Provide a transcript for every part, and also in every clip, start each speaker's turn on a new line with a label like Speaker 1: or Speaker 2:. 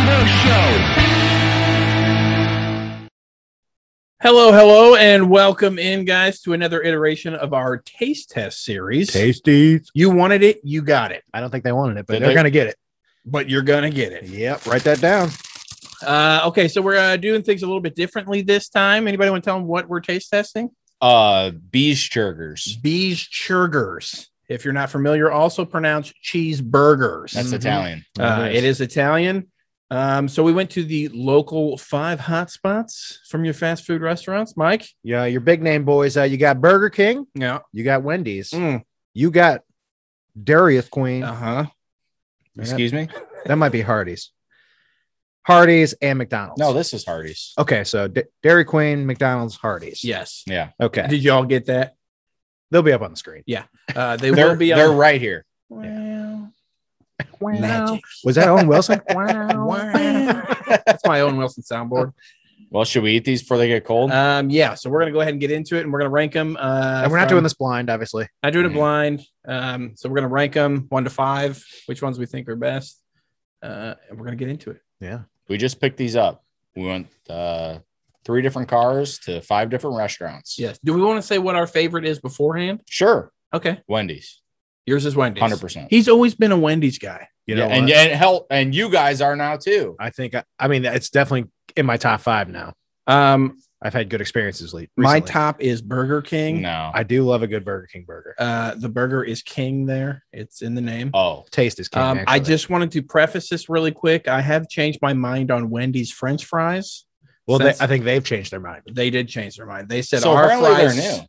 Speaker 1: show.
Speaker 2: Hello, hello, and welcome in, guys, to another iteration of our taste test series.
Speaker 1: Tasties.
Speaker 2: You wanted it, you got it,
Speaker 1: I don't think they wanted it, but
Speaker 2: Did
Speaker 1: they're
Speaker 2: they?
Speaker 1: going to get it.
Speaker 2: but you're gonna get it.
Speaker 1: Yep. Write that down.
Speaker 2: Uh, okay, so we're uh, doing things a little bit differently this time. Anybody want to tell them what we're taste testing?
Speaker 3: uh bees churgers
Speaker 2: Bees churgers. If you're not familiar, also pronounced cheeseburgers.
Speaker 3: that's
Speaker 1: Mhm.
Speaker 3: italian
Speaker 2: Uh, it is Italian. Um, so we went to the local five hotspots from your fast food restaurants, Mike.
Speaker 1: Yeah. Your big name boys. Uh, you got Burger King.
Speaker 2: Yeah.
Speaker 1: You got Wendy's.
Speaker 2: Mm.
Speaker 1: You got Darius Queen.
Speaker 2: Uh huh.
Speaker 3: excuse me
Speaker 1: That might be Hardee's. Hardee's and McDonald's.
Speaker 3: no this is hardy's
Speaker 1: okay. So D- Dairy Queen, McDonald's, Hardee's.
Speaker 2: Yes.
Speaker 1: Okay.
Speaker 2: Did y'all get that?
Speaker 1: They'll be up on the screen.
Speaker 2: Uh, they
Speaker 3: they
Speaker 2: will
Speaker 3: are
Speaker 2: be.
Speaker 3: they're
Speaker 2: on-
Speaker 3: right here
Speaker 2: Wow.
Speaker 1: Magic. Was that Owen Wilson? wow.
Speaker 2: That's my own Wilson soundboard.
Speaker 3: well should we eat these before they get cold
Speaker 2: Um, yeah, so we're gonna go ahead and get into it, and we're gonna rank them. Uh,
Speaker 1: And we're not
Speaker 2: from-
Speaker 1: doing this blind, obviously.
Speaker 2: Not doing it
Speaker 3: Mhm.
Speaker 2: blind. Um, so we're gonna rank them one to five. Which ones we think are best? Uh, and we're gonna get into it.
Speaker 1: Yeah.
Speaker 3: we just picked these up we went uh three different cars to five different restaurants
Speaker 2: Yes. Do we want to say what our favorite is beforehand?
Speaker 3: sure
Speaker 2: Okay.
Speaker 3: wendy's
Speaker 2: Yours is Wendy's.
Speaker 3: 100%
Speaker 2: He's always been a Wendy's guy.
Speaker 1: You
Speaker 3: yeah, and, and hell and you guys are now too
Speaker 1: I think I, I mean it's definitely in my top five now.
Speaker 2: Um,
Speaker 1: I've had good experiences late.
Speaker 2: my
Speaker 1: recently.
Speaker 2: top is Burger King.
Speaker 3: no
Speaker 1: I do love a good Burger King burger.
Speaker 2: Uh, the burger is king. There, it's in the name.
Speaker 3: oh
Speaker 1: Taste is king.
Speaker 2: Um, I
Speaker 1: actually.
Speaker 2: just wanted to preface this really quick. I have changed my mind on Wendy's French fries.
Speaker 1: well, they,
Speaker 2: since-
Speaker 1: I think they've changed their mind.
Speaker 2: They did change their mind. They said
Speaker 3: so
Speaker 2: our
Speaker 3: apparently
Speaker 2: fries,
Speaker 3: they're new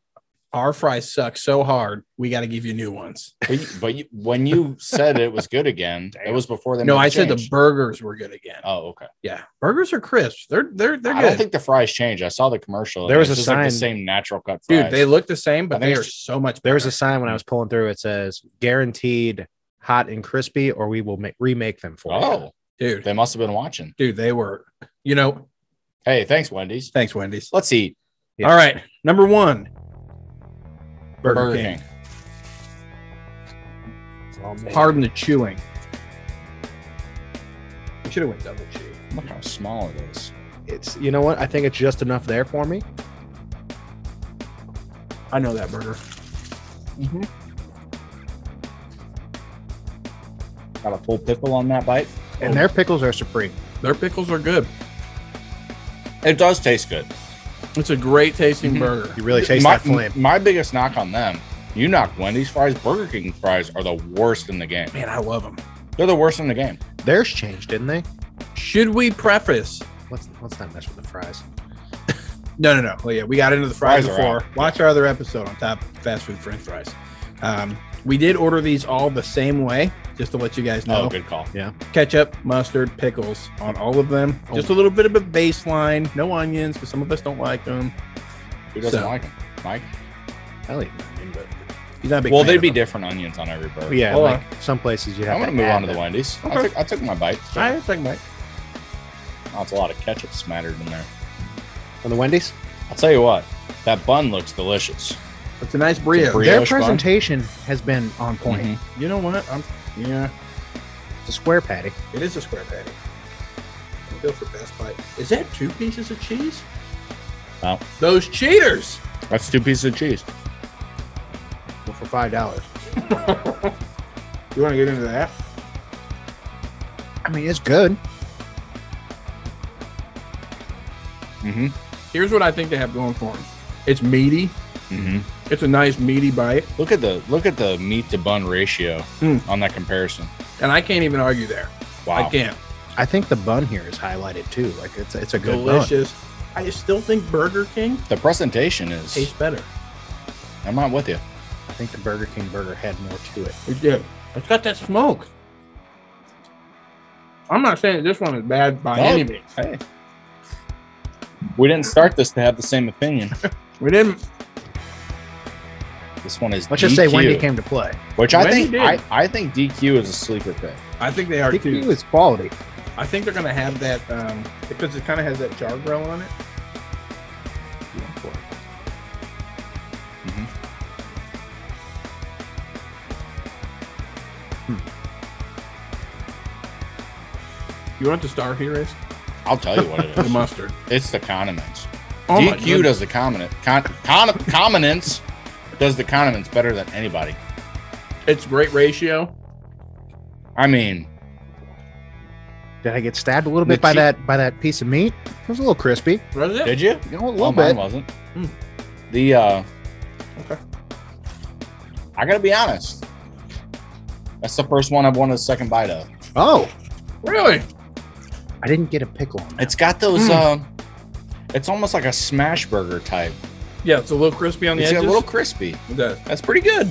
Speaker 2: our fries suck so hard. We got to give you new ones.
Speaker 3: but, you, but you, when you said it was good again it was before they
Speaker 2: no,
Speaker 3: made
Speaker 2: I said the
Speaker 3: change.
Speaker 2: burgers were good again.
Speaker 3: oh okay
Speaker 2: Yeah, burgers are crisp. They're they're they're
Speaker 3: I
Speaker 2: good,
Speaker 3: don't think the fries changed. I saw the commercial.
Speaker 1: There was
Speaker 3: It's
Speaker 1: a
Speaker 3: just like the
Speaker 1: sign-
Speaker 3: same natural cut
Speaker 2: dude.
Speaker 3: fries.
Speaker 2: They look the same, but
Speaker 3: I think
Speaker 2: they are
Speaker 3: it's-
Speaker 2: so much.
Speaker 1: There was a
Speaker 2: better.
Speaker 1: sign when I was pulling through. It says guaranteed hot and crispy, or we will make, remake them for you.
Speaker 3: oh,
Speaker 2: dude,
Speaker 3: they must have been watching.
Speaker 2: dude. They were, you know.
Speaker 3: Hey, thanks, Wendy's.
Speaker 2: Thanks, Wendy's.
Speaker 3: Let's eat
Speaker 1: Yeah.
Speaker 2: All right, number one.
Speaker 1: Burger,
Speaker 3: Burger
Speaker 1: King.
Speaker 3: King.
Speaker 2: Um, Pardon the chewing. We should have went double chew.
Speaker 3: Look how small it is.
Speaker 1: It's you know what? I think it's just enough there for me.
Speaker 2: I know that burger.
Speaker 3: Got a full pickle on that bite.
Speaker 1: And their pickles are supreme.
Speaker 2: Their pickles are good.
Speaker 3: It does taste good.
Speaker 2: It's a great tasting
Speaker 3: Mhm.
Speaker 2: burger.
Speaker 1: You really taste
Speaker 3: my,
Speaker 1: that flame.
Speaker 3: my biggest knock on them. You knock Wendy's fries. Burger King fries are the worst in the game.
Speaker 2: Man, I love them.
Speaker 3: They're the worst in the game.
Speaker 1: Theirs changed, didn't they?
Speaker 2: Should we preface?
Speaker 1: Let's let's not mess with the fries.
Speaker 2: No, no, no. Well, yeah, we got into the fries,
Speaker 3: Fries are
Speaker 2: before. Watch our other episode on top fast food French fries. Um, we did order these all the same way, just to let you guys know.
Speaker 3: Oh, good call.
Speaker 2: Ketchup, mustard, pickles on all of them.
Speaker 1: Oh.
Speaker 2: Just a little bit of a baseline. No onions, because some of us don't like them.
Speaker 3: Who doesn't
Speaker 2: So-
Speaker 3: like them, Mike?
Speaker 1: I don't even know. I mean, but-
Speaker 2: He's not a big
Speaker 3: Well,
Speaker 2: fan
Speaker 3: they'd
Speaker 2: of
Speaker 3: be
Speaker 2: them.
Speaker 3: different onions on every burger.
Speaker 1: Yeah,
Speaker 2: Hold
Speaker 1: like some places you have.
Speaker 3: I'm gonna
Speaker 1: to
Speaker 3: move
Speaker 1: add
Speaker 3: on to
Speaker 1: that.
Speaker 3: the Wendy's. I,
Speaker 2: Okay.
Speaker 3: took, I took my bite.
Speaker 2: I think my
Speaker 3: That's a lot of ketchup smattered in there.
Speaker 1: On the Wendy's.
Speaker 3: I'll tell you what, that bun looks delicious.
Speaker 2: It's a nice brioche.
Speaker 3: brioche.
Speaker 1: Their
Speaker 3: bun.
Speaker 1: presentation has been on point.
Speaker 3: Mhm.
Speaker 2: You know what? I'm yeah.
Speaker 1: It's a square patty.
Speaker 2: It is a square patty. I'll go for best bite. Is that two pieces of cheese?
Speaker 3: Wow.
Speaker 2: Those cheaters.
Speaker 3: That's two pieces of cheese.
Speaker 1: Well, for five dollars.
Speaker 2: You want to get into that?
Speaker 1: I mean, it's good.
Speaker 3: Mm-hmm.
Speaker 2: Here's what I think they have going for them. It's meaty.
Speaker 3: Mm-hmm.
Speaker 2: It's a nice meaty bite,
Speaker 3: Look at the look at the meat to bun ratio
Speaker 2: Mm.
Speaker 3: on that comparison.
Speaker 2: and I can't even argue there.
Speaker 3: Wow.
Speaker 2: I can't.
Speaker 1: I think the bun here is highlighted too. Like it's it's a good bun.
Speaker 2: Delicious. I still think Burger King
Speaker 3: The presentation is
Speaker 2: tastes better.
Speaker 3: I'm not with you.
Speaker 1: I think the Burger King burger had more to it.
Speaker 2: It's good. It's got that smoke. I'm not saying that this one is bad by
Speaker 3: No.
Speaker 2: any means.
Speaker 3: Hey. We didn't start this to have the same opinion.
Speaker 2: We didn't.
Speaker 3: This one is
Speaker 1: Let's just say
Speaker 3: DQ,
Speaker 1: Wendy came to play.
Speaker 3: Which I
Speaker 2: Wendy
Speaker 3: think
Speaker 2: did.
Speaker 3: I, I think DQ is a sleeper pick.
Speaker 2: I think they are too.
Speaker 1: DQ E is quality.
Speaker 2: I think they're gonna have that um, because it kind of has that char grill on it. You want to start here is
Speaker 3: I'll tell you what it
Speaker 2: the
Speaker 3: is.
Speaker 2: mustard.
Speaker 3: It's the condiments.
Speaker 2: Oh my
Speaker 3: DQ
Speaker 2: goodness.
Speaker 3: does the condiment. Con, con, condiments does the condiments better than anybody.
Speaker 2: it's great ratio.
Speaker 3: I mean,
Speaker 1: Did I get stabbed a little bit
Speaker 3: The
Speaker 1: by
Speaker 3: chi-
Speaker 1: that by that piece of meat? It was a little crispy.
Speaker 2: What is it?
Speaker 3: did you?
Speaker 1: You know, a little
Speaker 3: Oh, mine
Speaker 1: bit.
Speaker 3: wasn't.
Speaker 2: Hmm.
Speaker 3: The uh,
Speaker 2: Okay.
Speaker 3: I gotta be honest. That's the first one I've wanted a second bite of.
Speaker 1: Oh,
Speaker 2: Really?
Speaker 1: I didn't get a pickle.
Speaker 3: It's got those.
Speaker 2: Hmm.
Speaker 3: um it's almost like a smash burger type.
Speaker 2: Yeah, it's a little crispy on the
Speaker 3: It's a
Speaker 2: edges.
Speaker 3: little crispy.
Speaker 2: It does.
Speaker 3: That's pretty good.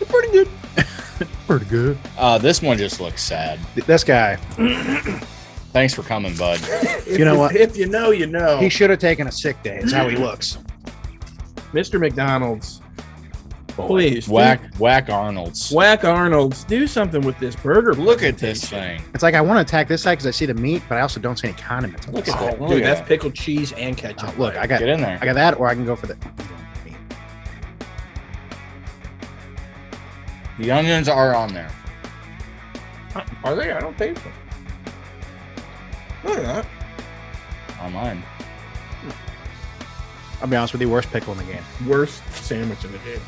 Speaker 3: It's pretty good.
Speaker 1: Pretty good.
Speaker 3: Uh, this one just looks sad.
Speaker 1: This guy,
Speaker 3: Thanks for coming, bud.
Speaker 2: If
Speaker 1: know what?
Speaker 2: If you know, you know.
Speaker 3: Oh.
Speaker 1: he should have taken a sick day. It's how he looks.
Speaker 2: Mr. McDonald's, please
Speaker 3: Whack, whack Arnold's.
Speaker 2: do- whack Arnold's. Do something with this burger.
Speaker 3: Look at this
Speaker 2: presentation.
Speaker 3: thing.
Speaker 1: It's like I want to attack this side because I see the meat, but I also don't see any condiments. on
Speaker 3: Look
Speaker 1: this
Speaker 3: at
Speaker 1: side.
Speaker 3: that.
Speaker 2: Oh,
Speaker 3: Look
Speaker 2: dude,
Speaker 3: at
Speaker 2: that's
Speaker 3: that.
Speaker 2: pickled cheese and ketchup.
Speaker 1: Uh, look, I got
Speaker 3: Get in there.
Speaker 1: I got that, or I can go for the.
Speaker 3: The onions are on there.
Speaker 2: Are they? I don't think so. No, they're not.
Speaker 3: On mine.
Speaker 1: I'll be honest with you, worst pickle in the game.
Speaker 2: Worst sandwich in the game.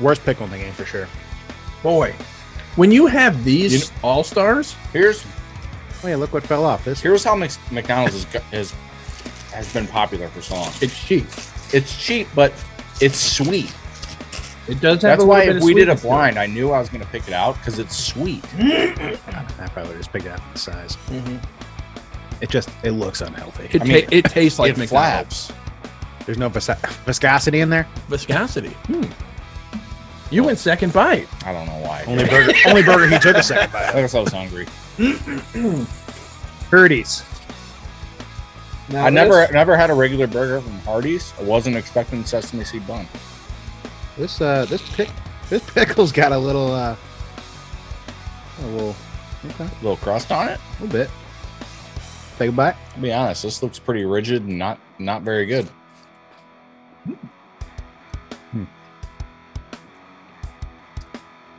Speaker 1: Worst pickle in the game for sure.
Speaker 2: Boy, when you have these
Speaker 3: You
Speaker 2: all stars,
Speaker 3: Here's
Speaker 1: Wait, Oh, look what fell off. This
Speaker 3: here's how Mc- McDonald's is, go- is has been popular for so long.
Speaker 2: it's cheap.
Speaker 3: It's cheap, but it's sweet.
Speaker 2: It does have
Speaker 3: That's
Speaker 2: a
Speaker 3: why
Speaker 2: little bit
Speaker 3: if
Speaker 2: of
Speaker 3: we did a
Speaker 2: sweetness to it.
Speaker 3: blind, I knew I was going to pick it out because it's sweet.
Speaker 1: I probably just picked it up the size.
Speaker 2: Mhm.
Speaker 3: Mm-hmm.
Speaker 1: It just it looks unhealthy.
Speaker 2: It,
Speaker 3: I mean,
Speaker 2: ta- it tastes like
Speaker 3: it
Speaker 2: McDonald's.
Speaker 3: flaps.
Speaker 1: There's no vis- viscosity in there.
Speaker 2: Viscosity. Hmm. You went second bite.
Speaker 3: I don't know why.
Speaker 1: Only burger. only burger he took a second bite.
Speaker 3: I
Speaker 1: of.
Speaker 3: guess I was hungry.
Speaker 1: Purdy's.
Speaker 2: Now
Speaker 3: I never
Speaker 2: this-
Speaker 3: never had a regular burger from Hardee's. I wasn't expecting sesame seed bun.
Speaker 1: This uh this pick this pickle's got a little uh a little okay
Speaker 3: A little crust on it.
Speaker 1: a little bit. Take a bite.
Speaker 3: I'll be honest, this looks pretty rigid and not not very good.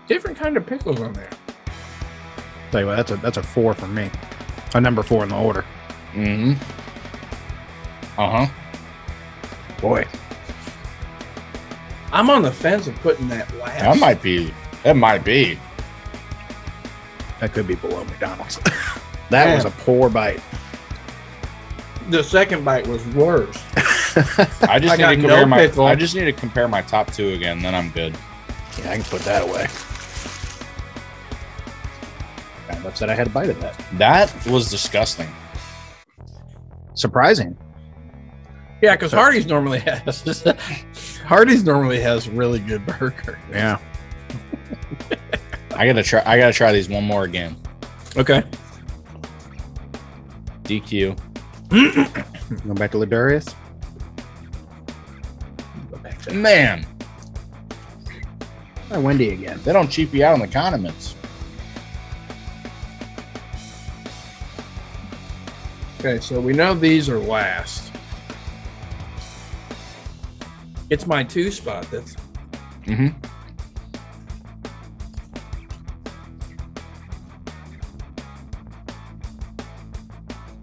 Speaker 2: different kind of pickles on there.
Speaker 1: Tell you what, that's a that's a four for me. A number four in the order.
Speaker 3: Mm-hmm. Uh huh.
Speaker 1: Boy,
Speaker 2: I'm on the fence of putting that last.
Speaker 3: That might be. That might be.
Speaker 1: that could be below McDonald's. that was a poor bite.
Speaker 2: The second bite was worse.
Speaker 3: I
Speaker 2: I
Speaker 3: just
Speaker 2: got
Speaker 3: need to
Speaker 2: no
Speaker 3: compare my.
Speaker 2: pickle.
Speaker 3: I just need to compare my top two again. Then I'm good.
Speaker 1: Yeah, I can put that away. Kind of upset I had a bite of that.
Speaker 3: That was disgusting.
Speaker 1: Surprising.
Speaker 2: Yeah, because Hardy's normally has Hardy's normally has really good burger.
Speaker 1: Yeah.
Speaker 3: I gotta try. I gotta try these one more again.
Speaker 2: Okay.
Speaker 3: DQ.
Speaker 1: Going back to Ladurius.
Speaker 3: Man,
Speaker 1: Try Wendy again.
Speaker 3: they don't cheap you out on the condiments.
Speaker 2: Okay, so we know these are last. It's my two spot. That's
Speaker 3: Mm-hmm.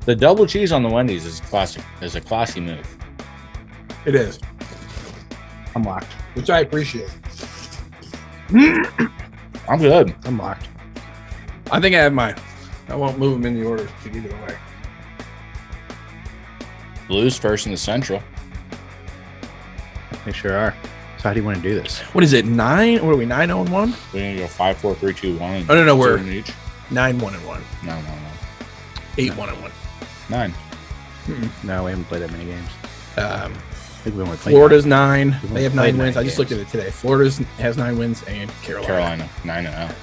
Speaker 3: The double cheese on the Wendy's is classic. Is a classy move.
Speaker 2: it is,
Speaker 1: I'm locked.
Speaker 2: which I appreciate.
Speaker 3: I'm good.
Speaker 1: I'm locked.
Speaker 2: I think I have mine. I won't move them in the order to either way.
Speaker 3: Blues first in the Central.
Speaker 1: They sure are. So how do you want to do this?
Speaker 2: What is it? Nine? What are we? Nine oh and one?
Speaker 3: We're gonna go five, four, three, two, one.
Speaker 2: Oh no, no,
Speaker 3: Two
Speaker 2: we're
Speaker 3: in each.
Speaker 2: nine one and one.
Speaker 3: No, no, no.
Speaker 2: Eight one and one.
Speaker 3: Nine.
Speaker 1: No, we haven't played that many games.
Speaker 2: Um,
Speaker 1: I think we only played
Speaker 2: Florida's nine. They have
Speaker 1: Played
Speaker 2: nine
Speaker 1: nine
Speaker 2: wins. I just looked at
Speaker 1: games.
Speaker 2: it today. Florida's has nine wins and Carolina.
Speaker 3: Carolina. Nine and out.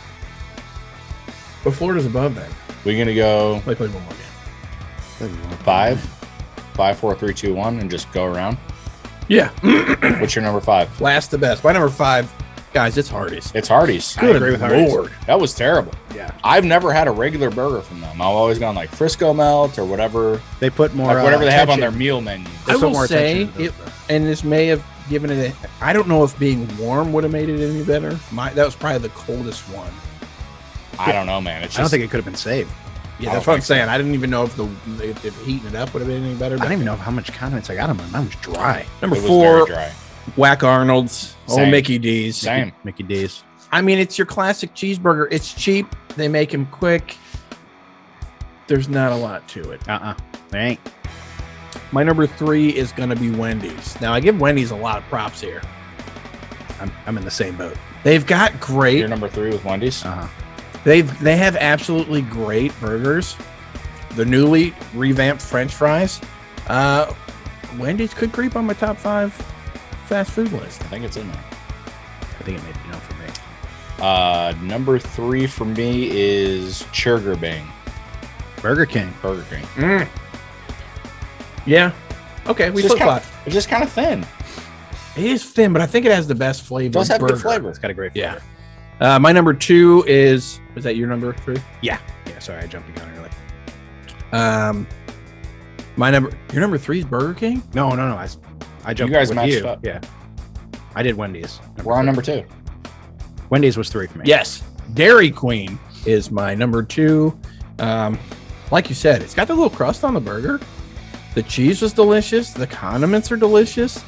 Speaker 2: But Florida's above them.
Speaker 3: We're gonna go
Speaker 2: They played one more game.
Speaker 1: I think we only played
Speaker 3: five, five, four, three, two, one, and just go around.
Speaker 2: Yeah.
Speaker 3: What's your number five?
Speaker 2: Last the best. My number five, guys, it's Hardy's.
Speaker 3: It's Hardee's.
Speaker 1: I agree with Hardee's.
Speaker 3: That was terrible.
Speaker 1: Yeah,
Speaker 3: I've never had a regular burger from them. I've always gone like Frisco melt or whatever,
Speaker 1: they put more
Speaker 3: like whatever
Speaker 1: uh,
Speaker 3: they have on their
Speaker 1: attention-
Speaker 3: meal menu.
Speaker 2: I
Speaker 1: they put
Speaker 2: will
Speaker 1: more attention
Speaker 2: say
Speaker 1: to those,
Speaker 2: And this may have given it a. I don't know if being warm would have made it any better. My That was probably the coldest one.
Speaker 3: I don't know, man. It's
Speaker 1: though. I don't
Speaker 3: just
Speaker 1: think it could have been saved.
Speaker 2: Yeah,
Speaker 3: I
Speaker 2: that's
Speaker 3: don't
Speaker 2: what I'm
Speaker 3: think so.
Speaker 2: saying. I didn't even know if the if, if heating it up would have been any better.
Speaker 1: I
Speaker 2: but-
Speaker 1: don't even know how much comments I got on my mouth. was dry.
Speaker 2: Number
Speaker 3: it was
Speaker 2: four,
Speaker 3: very dry.
Speaker 2: Whack Arnold's, oh
Speaker 3: Same.
Speaker 2: Mickey D's.
Speaker 3: Same.
Speaker 1: Mickey D's.
Speaker 2: I mean, it's your classic cheeseburger. It's cheap. They make them quick. There's not a lot to it.
Speaker 1: Uh uh They ain't.
Speaker 2: My number three is going to be Wendy's. Now, I give Wendy's a lot of props here.
Speaker 1: I'm, I'm in the same boat.
Speaker 2: They've got great.
Speaker 3: Your number three with Wendy's.
Speaker 1: Uh huh.
Speaker 2: They've they have absolutely great burgers. The newly revamped French fries. Uh, Wendy's could creep on my top five fast food list.
Speaker 3: I think it's in there.
Speaker 1: I think it may be enough for me.
Speaker 3: Uh, number three for me is Churger Bang
Speaker 1: Burger King.
Speaker 3: Burger King.
Speaker 2: Mm. Yeah. Okay, we
Speaker 3: It's just
Speaker 2: flip
Speaker 3: kinda-
Speaker 2: flop.
Speaker 3: It's just kind of thin.
Speaker 2: It is thin, but I think it has the best flavor.
Speaker 3: It does have
Speaker 2: burger.
Speaker 3: good flavor.
Speaker 1: It's got a great.
Speaker 2: Yeah. Uh, my number two is was that your number three?
Speaker 1: Yeah. Sorry, I jumped the gun early.
Speaker 2: Um, my number your number three is Burger King.
Speaker 1: No, no, no. I, s- I jumped.
Speaker 3: guys
Speaker 1: with
Speaker 3: matched
Speaker 1: you.
Speaker 3: up.
Speaker 1: Yeah. I did Wendy's.
Speaker 3: We're on
Speaker 1: three.
Speaker 3: number two.
Speaker 1: Wendy's was three for me.
Speaker 2: Yes, Dairy Queen is my number two. Um, like you said, it's got the little crust on the burger. The cheese was delicious. The condiments are delicious.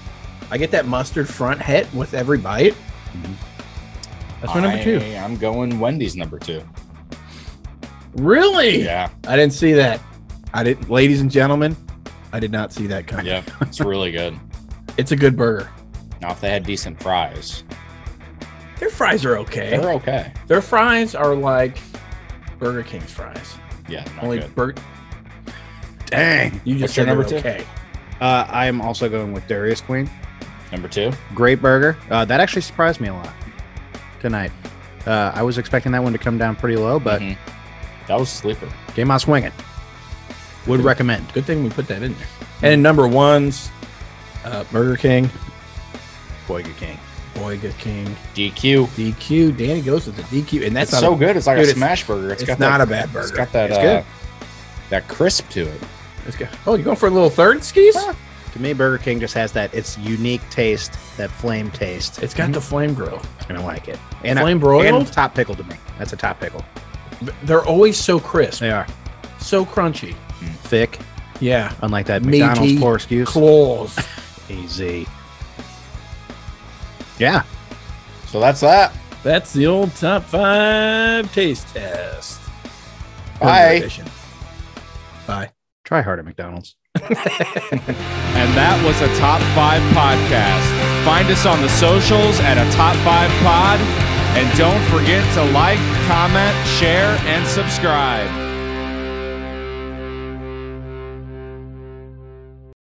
Speaker 2: I get that mustard front hit with every bite. Mm-hmm.
Speaker 1: Mhm.
Speaker 2: That's my number two.
Speaker 3: I- I'm going Wendy's number two.
Speaker 2: Really?
Speaker 3: Yeah,
Speaker 2: I didn't see that. I didn't, ladies and gentlemen. I did not see that coming.
Speaker 3: yeah, it's really good.
Speaker 2: It's a good burger.
Speaker 3: Now, if they had decent fries,
Speaker 2: Their fries are okay.
Speaker 3: they're okay.
Speaker 2: Their fries are like Burger King's fries.
Speaker 3: Yeah, not
Speaker 2: Only
Speaker 3: good.
Speaker 2: Bur-
Speaker 1: Dang.
Speaker 2: you
Speaker 3: What's
Speaker 2: just
Speaker 3: your
Speaker 2: said they're
Speaker 3: number two?
Speaker 2: okay.
Speaker 1: Uh, I am also going with Darius Queen.
Speaker 3: Number two.
Speaker 1: Great burger. Uh, that actually surprised me a lot tonight. Uh, I was expecting that one to come down pretty low, but
Speaker 3: Mhm. that was a sleeper.
Speaker 2: Mm-hmm.
Speaker 1: came out swinging. Would recommend.
Speaker 2: Good thing we put that in there. And number one's uh, Burger King,
Speaker 1: Boy, good King.
Speaker 2: Boyga King,
Speaker 3: DQ.
Speaker 2: DQ. Danny goes with the DQ, and that's
Speaker 3: That's
Speaker 2: not
Speaker 3: so
Speaker 2: a,
Speaker 3: good. It's like
Speaker 2: Dude,
Speaker 3: a
Speaker 2: it's-
Speaker 3: smash burger.
Speaker 2: it's
Speaker 3: got
Speaker 2: not
Speaker 3: that,
Speaker 2: a bad
Speaker 3: It's
Speaker 2: burger.
Speaker 3: got that
Speaker 1: It's
Speaker 3: uh,
Speaker 1: good.
Speaker 3: that crisp to it.
Speaker 2: Let's go. Oh, you going for a little third skis?
Speaker 1: Ah. To me, Burger King just has that its unique taste, that flame taste,
Speaker 2: It's got the flame grill,
Speaker 1: and I like it. And
Speaker 2: and
Speaker 1: I-
Speaker 2: flame
Speaker 1: and
Speaker 2: broiled.
Speaker 1: top pickle to me. That's a top pickle.
Speaker 2: They're always so crisp,
Speaker 1: They are
Speaker 2: so crunchy.
Speaker 1: thick,
Speaker 2: Yeah,
Speaker 1: unlike that
Speaker 2: Meaty,
Speaker 1: McDonald's poor excuse.
Speaker 2: claws.
Speaker 1: Easy. Yeah,
Speaker 3: So that's that.
Speaker 2: That's the old top five taste test. Burger
Speaker 3: Bye.
Speaker 2: edition. Bye.
Speaker 1: try hard at McDonald's.
Speaker 4: And that was a Top 5 podcast. Find us on the socials at a Top 5 pod. And don't forget to like, comment, share, and subscribe.